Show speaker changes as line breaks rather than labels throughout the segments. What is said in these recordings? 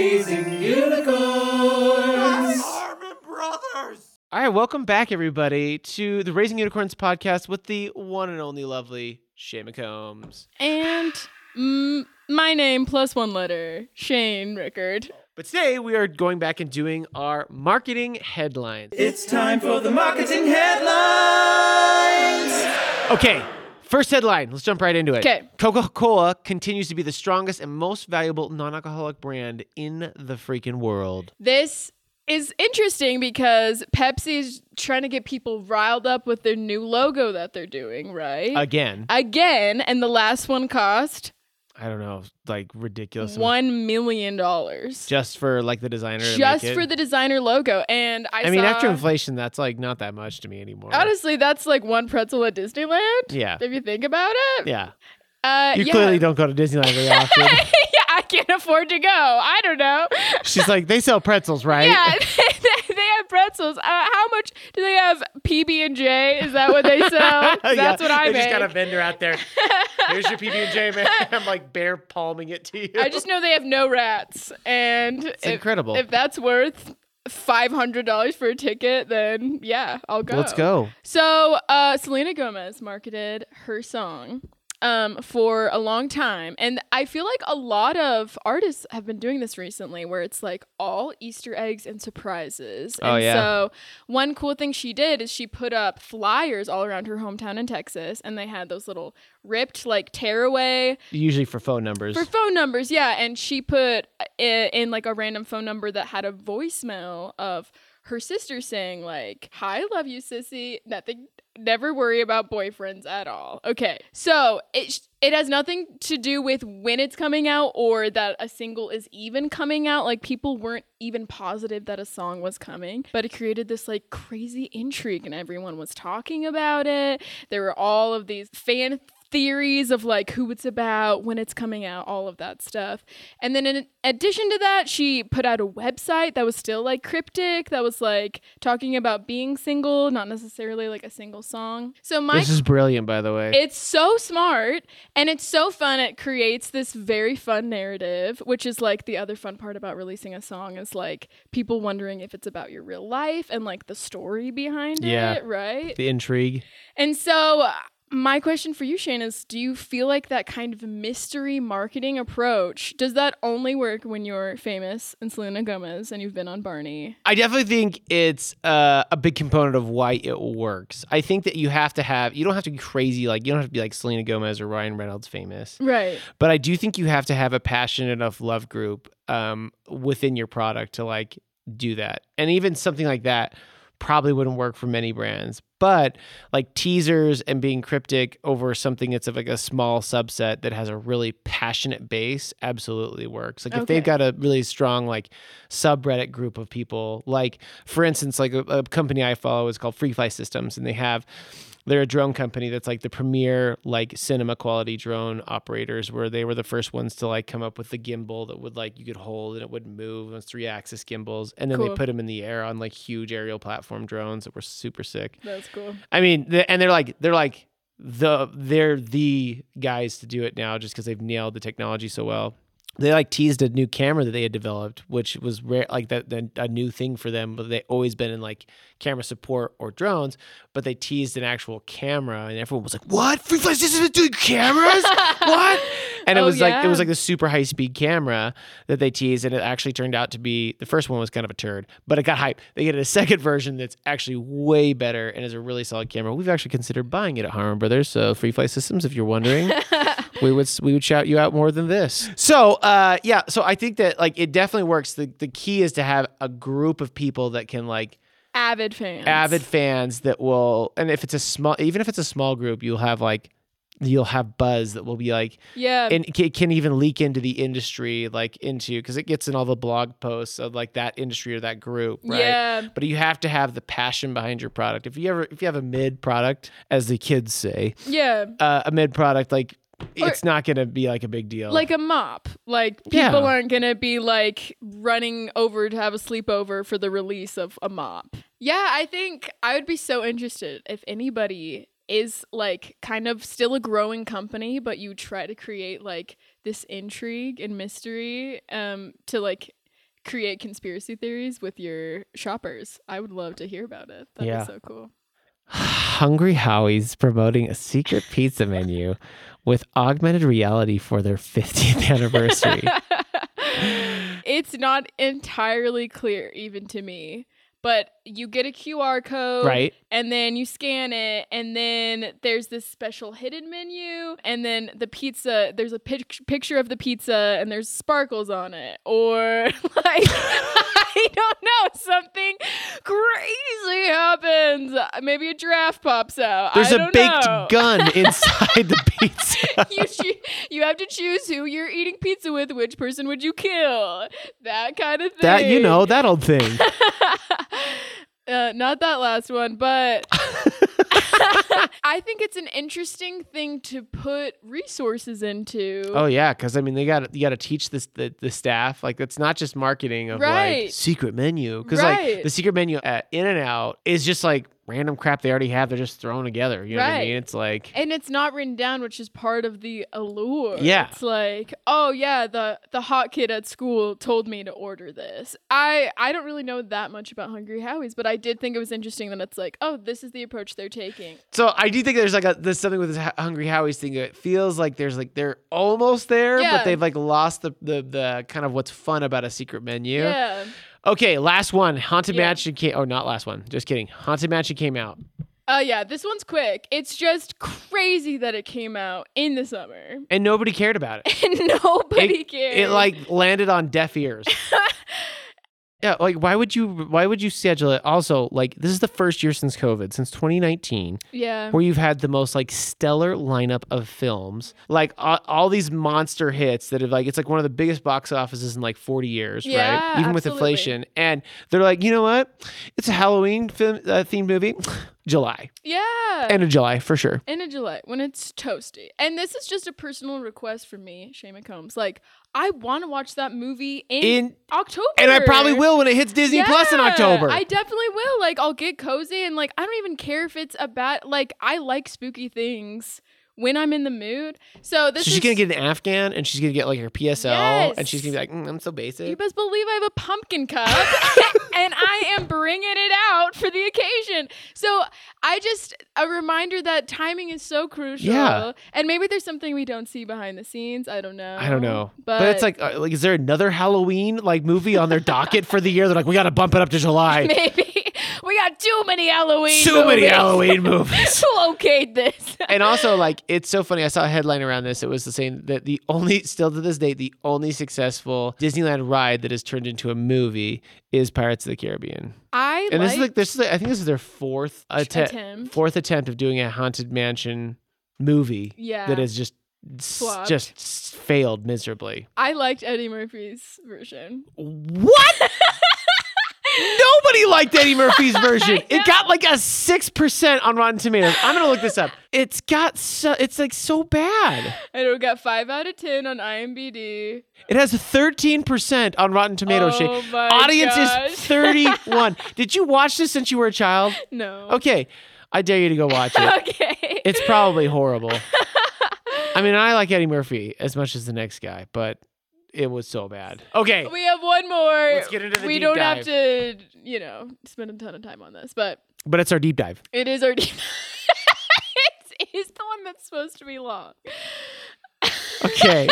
Raising unicorns.
Harmon Brothers.
All right, welcome back, everybody, to the Raising Unicorns podcast with the one and only lovely Shay McCombs.
And mm, my name plus one letter, Shane Rickard.
But today we are going back and doing our marketing headlines.
It's time for the marketing headlines.
Okay, first headline. Let's jump right into it.
'Kay.
Coca Cola continues to be the strongest and most valuable non alcoholic brand in the freaking world.
This is interesting because Pepsi's trying to get people riled up with their new logo that they're doing, right?
Again,
Again, and the last one cost
I don't know, like ridiculous.
one million dollars
Just for like the designer. to
just
make it.
for the designer logo. And I,
I, mean,
saw-
after inflation, that's like not that much to me anymore.
honestly, that's like one pretzel at Disneyland.
Yeah.
if you think about it.
Yeah.
Uh,
You
yeah.
clearly don't go to Disneyland very often.
yeah, I can't afford to go. I don't know.
She's like, they sell pretzels, right?
Yeah, they, they have pretzels. Uh, how much do they have? PB and J? Is that what they sell? That's
Yeah,
what I
They just
make.
got a vendor out there. Here's your PB and J, man. I'm like bare palming it to you.
I just know they have no rats, and
it's incredible.
If that's worth five hundred dollars for a ticket, then yeah, I'll go.
Let's go.
So, uh, Selena Gomez marketed her song um, for a long time. And I feel like a lot of artists have been doing this recently where it's like all Easter eggs and surprises.
Oh,
and
yeah.
so, one cool thing she did is she put up flyers all around her hometown in Texas, and they had those little ripped, like, tearaway
Usually for phone numbers.
for phone numbers, yeah. And she put in, in like a random phone number that had a voicemail of her sister saying like, "Hi, love you, sissy. Nothing, never worry about boyfriends at all." Okay, so it sh- it has nothing to do with when it's coming out or that a single is even coming out. Like people weren't even positive that a song was coming, but it created this like crazy intrigue, and everyone was talking about it. There were all of these fan theories of like who it's about, when it's coming out, all of that stuff. And then in addition to that, she put out a website that was still like cryptic, that was like talking about being single, not necessarily like a single song. So my
this is brilliant, by the way.
it's so smart and it's so fun. It creates this very fun narrative, which is like the other fun part about releasing a song is like people wondering if it's about your real life and like the story behind
Yeah.
it, right?
the intrigue.
And so, uh, my question for you, Shane, is do you feel like that kind of mystery marketing approach does that only work when you're famous and Selena Gomez and you've been on Barney?
I definitely think it's uh, a big component of why it works. I think that you have to have, you don't have to be crazy, like, you don't have to be like Selena Gomez or Ryan Reynolds famous.
Right.
But I do think you have to have a passionate enough love group um, within your product to like do that. And even something like that probably wouldn't work for many brands. But like teasers and being cryptic over something that's of like a small subset that has a really passionate base absolutely works. Like if they've
Okay.
got a really strong like subreddit group of people, like for instance, like a, a company I follow is called Free Fly Systems, and they have they're a drone company that's like the premier like cinema quality drone operators where they were the first ones to like come up with the gimbal that would like you could hold and it would move and it was three axis gimbals and then they
Cool.
put them in the air on like huge aerial platform drones that were super sick
That's cool.
i mean th- and they're like they're like the they're the guys to do it now just because they've nailed the technology so well they like teased a new camera that they had developed, which was rare, like that that- a new thing for them. But they always been in like camera support or drones. But they teased an actual camera, and everyone was like, "What? Free Fly Systems is doing cameras? what?" And it
Oh,
was like it
yeah.
was like the super high speed camera that they teased, and it actually turned out to be the first one was kind of a turd, but it got hype. They get a second version that's actually way better and is a really solid camera. We've actually considered buying it at Harmon Brothers, so Free Fly Systems, if you're wondering we would we would shout you out more than this. So uh, yeah, so I think that like it definitely works. The the key is to have a group of people that can like
Avid fans.
avid fans that will, and if it's a small, even if it's a small group, you'll have like you'll have buzz that will be like
Yeah.
and it ca- can even leak into the industry like into because it gets in all the blog posts of like that industry or that group right
Yeah.
but you have to have the passion behind your product if you ever if you have a mid product as the kids say
yeah.
uh, a mid product, like
Or-
it's not going to be like a big deal.
Like a mop. Like people
Yeah.
aren't going to be like running over to have a sleepover for the release of a mop. Yeah, I think I would be so interested if anybody is like kind of still a growing company, but you try to create like this intrigue and mystery um, to like create conspiracy theories with your shoppers. I would love to hear about it. That'd
Yeah.
be so cool.
Hungry Howie's promoting a secret pizza menu with augmented reality for their 15th anniversary.
it's not entirely clear even to me, but you get a QR code
right?
and then you scan it and then there's this special hidden menu and then the pizza there's a pic- picture of the pizza and there's sparkles on it or like I don't know something crazy happens. Maybe a draft pops out.
There's
I
a
don't
baked
know.
gun inside the pizza.
you choo- you have to choose who you're eating pizza with. Which person would you kill? That kind of thing.
That, you know, that old thing.
uh, not that last one, but I think it's an interesting thing to put resources into.
Oh yeah, because I mean, they got you got to teach this the, the staff like that's not just marketing of like
Right.
secret menu because like
Right.
the secret menu at In and Out is just like random crap they already have. They're just thrown together. You know what I
Right.
mean? It's like
And it's not written down, which is part of the allure.
Yeah.
It's like, oh yeah, the the hot kid at school told me to order this. I I don't really know that much about Hungry Howie's, but I did think it was interesting that it's like, oh, this is the approach they're taking.
so. I do think there's like a there's something with this Hu- Hungry Howie's thing. It feels like there's like they're almost there, but
Yeah.
they've like lost the, the the kind of what's fun about a secret menu.
Yeah.
Okay, last one. Haunted
Yeah.
Mansion came. Oh, not last one. Just kidding. Haunted Mansion came out.
Oh yeah, this one's quick. It's just crazy that it came out in the summer.
And nobody cared about it.
And nobody cares.
It like landed on deaf ears. yeah, like why would you why would you schedule it? Also, like this is the first year since COVID, since 2019,
Yeah.
where you've had the most like stellar lineup of films. Like a- all these monster hits that have like it's like one of the biggest box offices in like 40 years,
Yeah,
right? Even with
absolutely.
inflation. And they're like, "You know what? It's a Halloween film uh, themed movie." July.
Yeah.
End of July for sure.
in a Gillette when it's toasty. And this is just a personal request from me, Shane Combs. Like, I want to watch that movie in,
In
October.
and I probably will when it hits Disney Plus in
Yeah,
October.
I definitely will. Like, I'll get cozy and like I don't even care if it's a bad. Like, I like spooky things when I'm in the mood. So this
so she's
is
gonna get an Afghan and she's gonna get like her PSL and she's gonna be
Yes.
like, "Mm, I'm so
You
basic.
best believe I have a pumpkin cup, and I am bringing it out for the occasion. So I just a reminder that timing is so crucial.
Yeah.
and maybe there's something we don't see behind the scenes. I don't know.
I don't know, but,
but,
it's like, uh, like, is there another Halloween like movie on their docket for the year? They're like, we gotta bump it up to July.
maybe we got too many Halloween.
Too many
movies
Halloween movies.
to locate this.
And also, like, it's so funny. I saw a headline around this. It was the same that the only, still to this date, the only successful Disneyland ride that is turned into a movie is Pirates of the Caribbean.
I
And this
like
is like, this is, like, I think this is their fourth attempt,
Attempt.
fourth attempt of doing a haunted mansion movie.
yeah.
that has just s-
Flopped.
just s- failed miserably.
I liked Eddie Murphy's version.
What? Nobody liked Eddie Murphy's version. It got like a six percent on Rotten Tomatoes. I'm gonna look this up. It's got so it's like so bad.
I don't got five out of ten on IMDb.
It has 13 percent on Rotten Tomatoes. Shay.
Oh my
Audience
gosh.
is 31. Did you watch this since you were a child?
No.
Okay, I dare you to go watch it.
Okay.
It's probably horrible. I mean, I like Eddie Murphy as much as the next guy, but it was so bad. Okay.
We have one more.
Let's get into the
We
deep
don't
dive.
have to, you know, spend a ton of time on this, but
But it's our deep dive.
it is our deep. it is the one that's supposed to be long.
Okay.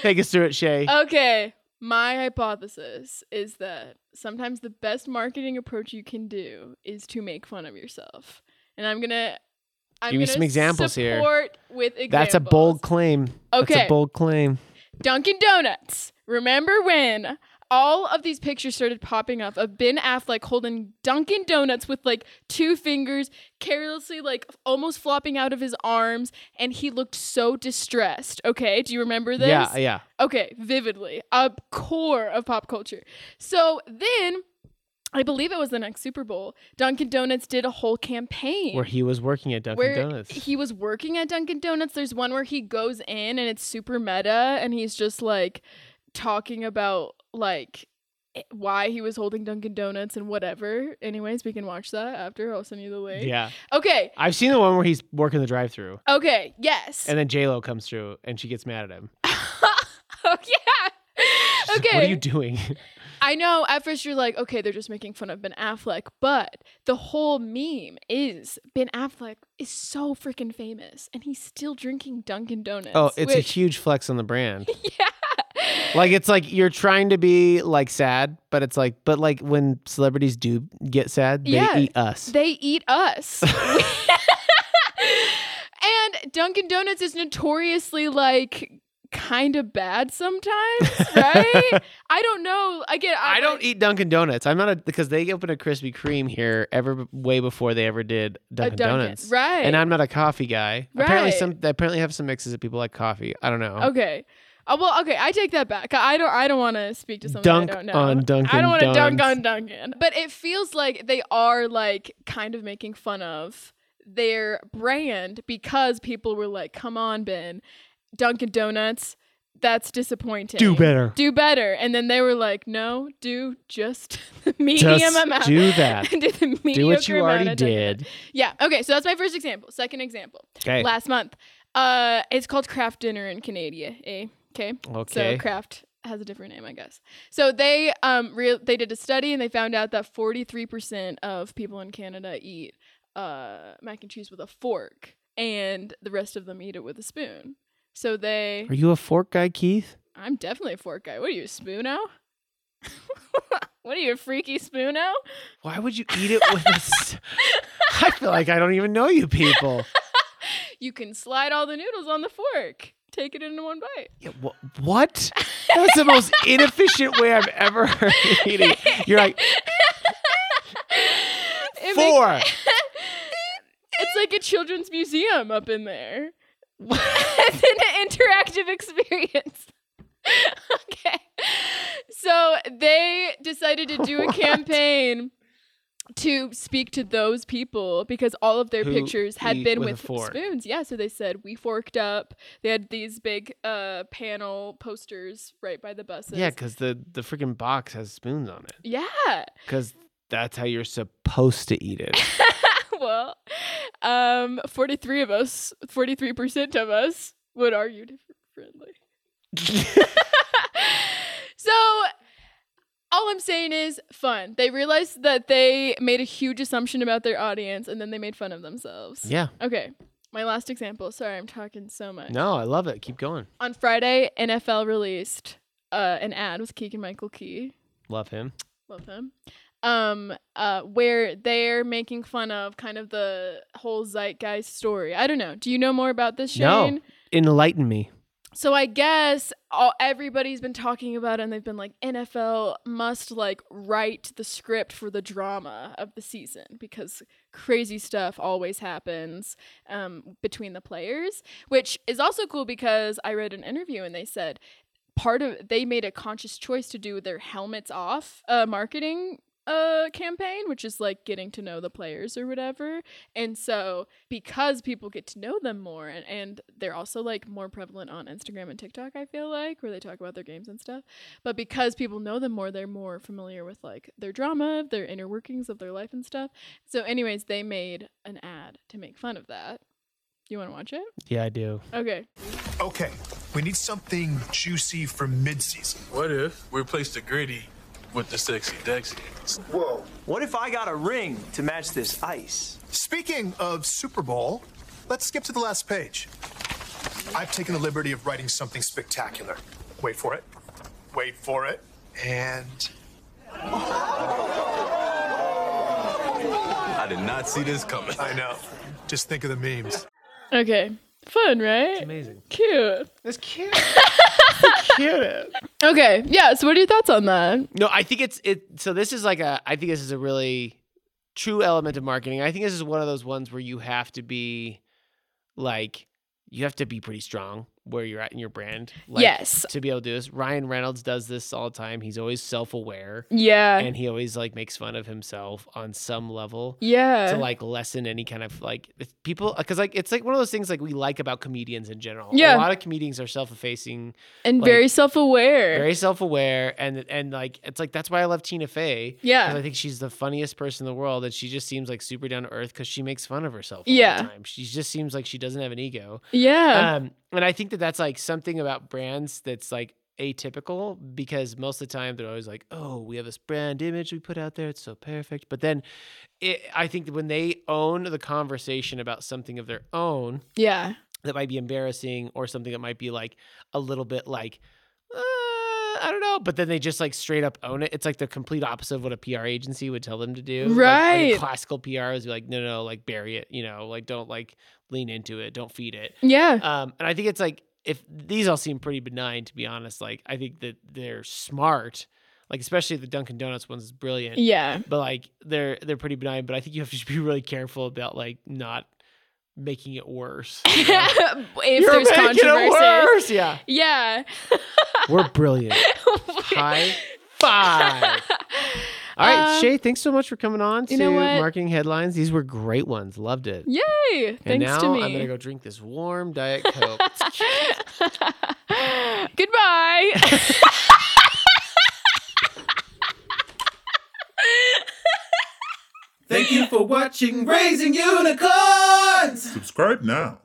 Take us through it, Shay.
Okay. My hypothesis is that sometimes the best marketing approach you can do is to make fun of yourself. And I'm going to I'm
Give me
gonna
some examples here.
support with examples.
That's a bold claim. That's a
Okay.
bold claim.
Dunkin' Donuts. Remember when all of these pictures started popping up of Ben Affleck holding Dunkin' Donuts with like two fingers, carelessly, like almost flopping out of his arms, and he looked so distressed. Okay, do you remember this?
Yeah, yeah.
Okay, vividly. A core of pop culture. So then. I believe it was the next Super Bowl. Dunkin' Donuts did a whole campaign
Where he was working at Dunkin'
where
Donuts.
he was working at Dunkin' Donuts. There's one where he goes in and it's super meta and he's just like talking about like i- why he was holding Dunkin' Donuts and whatever. Anyways, we can watch that after. I'll send you the link.
yeah.
Okay.
I've seen the one where he's working the drive through
Okay. Yes.
and then J Lo comes through and she gets mad at him.
oh yeah.
She's
Okay.
What are you doing?
I know at first you're like, okay, they're just making fun of Ben Affleck, but the whole meme is Ben Affleck is so freaking famous and he's still drinking Dunkin' Donuts.
Oh, it's a
which-
huge flex on the brand.
yeah.
Like it's like you're trying to be like sad, but it's like but like when celebrities do get sad, they
Yeah.
eat us.
They eat us. and Dunkin' Donuts is notoriously like kind of bad sometimes, right? I don't know. Again, I'm
I don't eat Dunkin' Donuts. I'm not a because they opened a Krispy Kreme here ever way before they ever did
a
Dunkin',
Dunkin',
Donuts.
right?
And I'm not a coffee guy. Apparently,
Right.
some they apparently have some mixes that people like coffee. I don't know.
Okay. Uh, well, okay, I take that back. I don't. I don't want to speak to someone
Dunk
I don't know.
on Dunkin'
I don't want to dunk
Donuts.
on Duncan. But it feels like they are like kind of making fun of their brand because people were like, "Come on, Ben, Dunkin' Donuts, that's disappointing.
Do better.
do better." And then they were like, "No, do just the medium
Just
amount.
do that.
do the mediocre
Do what you
amount
already
of Dunkin' Donuts.
did.
Yeah. Okay. So that's my first example. Second example
Okay.
last month. Uh, it's called Craft Dinner in Canada. Eh? Okay.
Okay.
So Craft has a different name, I guess. So they um real they did a study and they found out that forty three percent of people in Canada eat uh mac and cheese with a fork, and the rest of them eat it with a spoon. So they,
Are you a fork guy, Keith?
I'm definitely a fork guy. What are you, a spoono? what are you, a freaky spoono?
Why would you eat it with a s- I feel like I don't even know you people.
You can slide all the noodles on the fork. Take it in one bite.
Yeah, wh- what? That's the most inefficient way I've ever heard of eating. You're like
It makes-
four.
It's like a children's museum up in there. it's an interactive experience. okay. So they decided to do a campaign to speak to those people because all of their
Who
pictures had
eat
been
with a
with,
fork.
spoons. Yeah, so they said we forked up. They had these big uh panel posters right by the buses.
Yeah, because the the freaking box has spoons on it.
Yeah.
Because that's how you're supposed to eat it.
well, um, 43 of us, 43% of us would argue differently. so, all I'm saying is fun. They realized that they made a huge assumption about their audience and then they made fun of themselves.
yeah.
Okay. My last example. Sorry, I'm talking so much.
No, I love it. Keep going.
On Friday, NFL released uh, an ad with Keegan Michael Key
Love him.
love him um uh where they're making fun of kind of the whole zeitgeist story i don't know do you know more about this
No.
shane
Enlighten me.
so i guess all, everybody's been talking about it and they've been like nfl must like write the script for the drama of the season because crazy stuff always happens um, between the players which is also cool because i read an interview and they said part of they made a conscious choice to do their helmets off uh, marketing uh, campaign which is like getting to know the players or whatever and so because people get to know them more and, and they're also like more prevalent on instagram and tiktok i feel like where they talk about their games and stuff but because people know them more they're more familiar with like their drama their inner workings of their life and stuff so anyways they made an ad to make fun of that you want to watch it
Yeah, I do.
okay
Okay, we need something juicy for mid-season.
What if we replace the gritty with the sexy dexy?
What if I got a ring to match this ice?
Speaking of Super Bowl, let's skip to the last page. I've taken the liberty of writing something spectacular. Wait for it. Wait for it. And
I did not see this coming.
I know. Just think of the memes.
okay fun right
Amazing.
cute
That's cute. cute.
Okay. Yeah. So, what are your thoughts on that?
No, I think it's it. So this is like a. I think this is a really true element of marketing. I think this is one of those ones where you have to be, like, you have to be pretty strong where you're at in your brand. Like,
Yes.
To be able to do this, Ryan Reynolds does this all the time. He's always self-aware,
Yeah.
and he always like makes fun of himself on some level.
yeah.
to like lessen any kind of like if people because like it's like one of those things like we like about comedians in general. a
Yeah.
lot of comedians are self-effacing,
and
like,
very self-aware.
very self-aware, and and like it's like that's why I love Tina Fey.
Yeah.
'cause I think she's the funniest person in the world, and she just seems like super down to earth because she makes fun of herself. All
Yeah. Uh-huh.
the time. she just seems like she doesn't have an ego.
yeah.
Um, and I think that that's like something about brands that's like atypical because most of the time they're always like, "Oh, we have this brand image we put out there; it's so perfect." But then, it, I think that when they own the conversation about something of their own
Yeah.
that might be embarrassing or something that might be like a little bit like, uh, I don't know, but then they just like straight up own it. It's like the complete opposite of what a PR agency would tell them to do. Like, I think
Right.
classical PR is like, no, no, no, like bury it. You know, like don't like lean into it, don't feed it.
Yeah.
Um, and I think it's like if these all seem pretty benign, to be honest. Like I think that they're smart, like especially the Dunkin' Donuts ones is brilliant.
yeah.
But like they're they're pretty benign. But I think you have to be really careful about like not making it worse. you know?
if
You're
there's
making it
controversy.
worse, Yeah,
Yeah.
we're brilliant. High five. All right,
Um,
Shay. Thanks so much for coming on
you
to
know what?
marketing headlines. These were great ones. Loved it.
Yay.
And
Thanks
now
to me.
I'm gonna go drink this warm diet coke.
Goodbye.
Thank you for watching Raising Unicorns!
Subscribe now.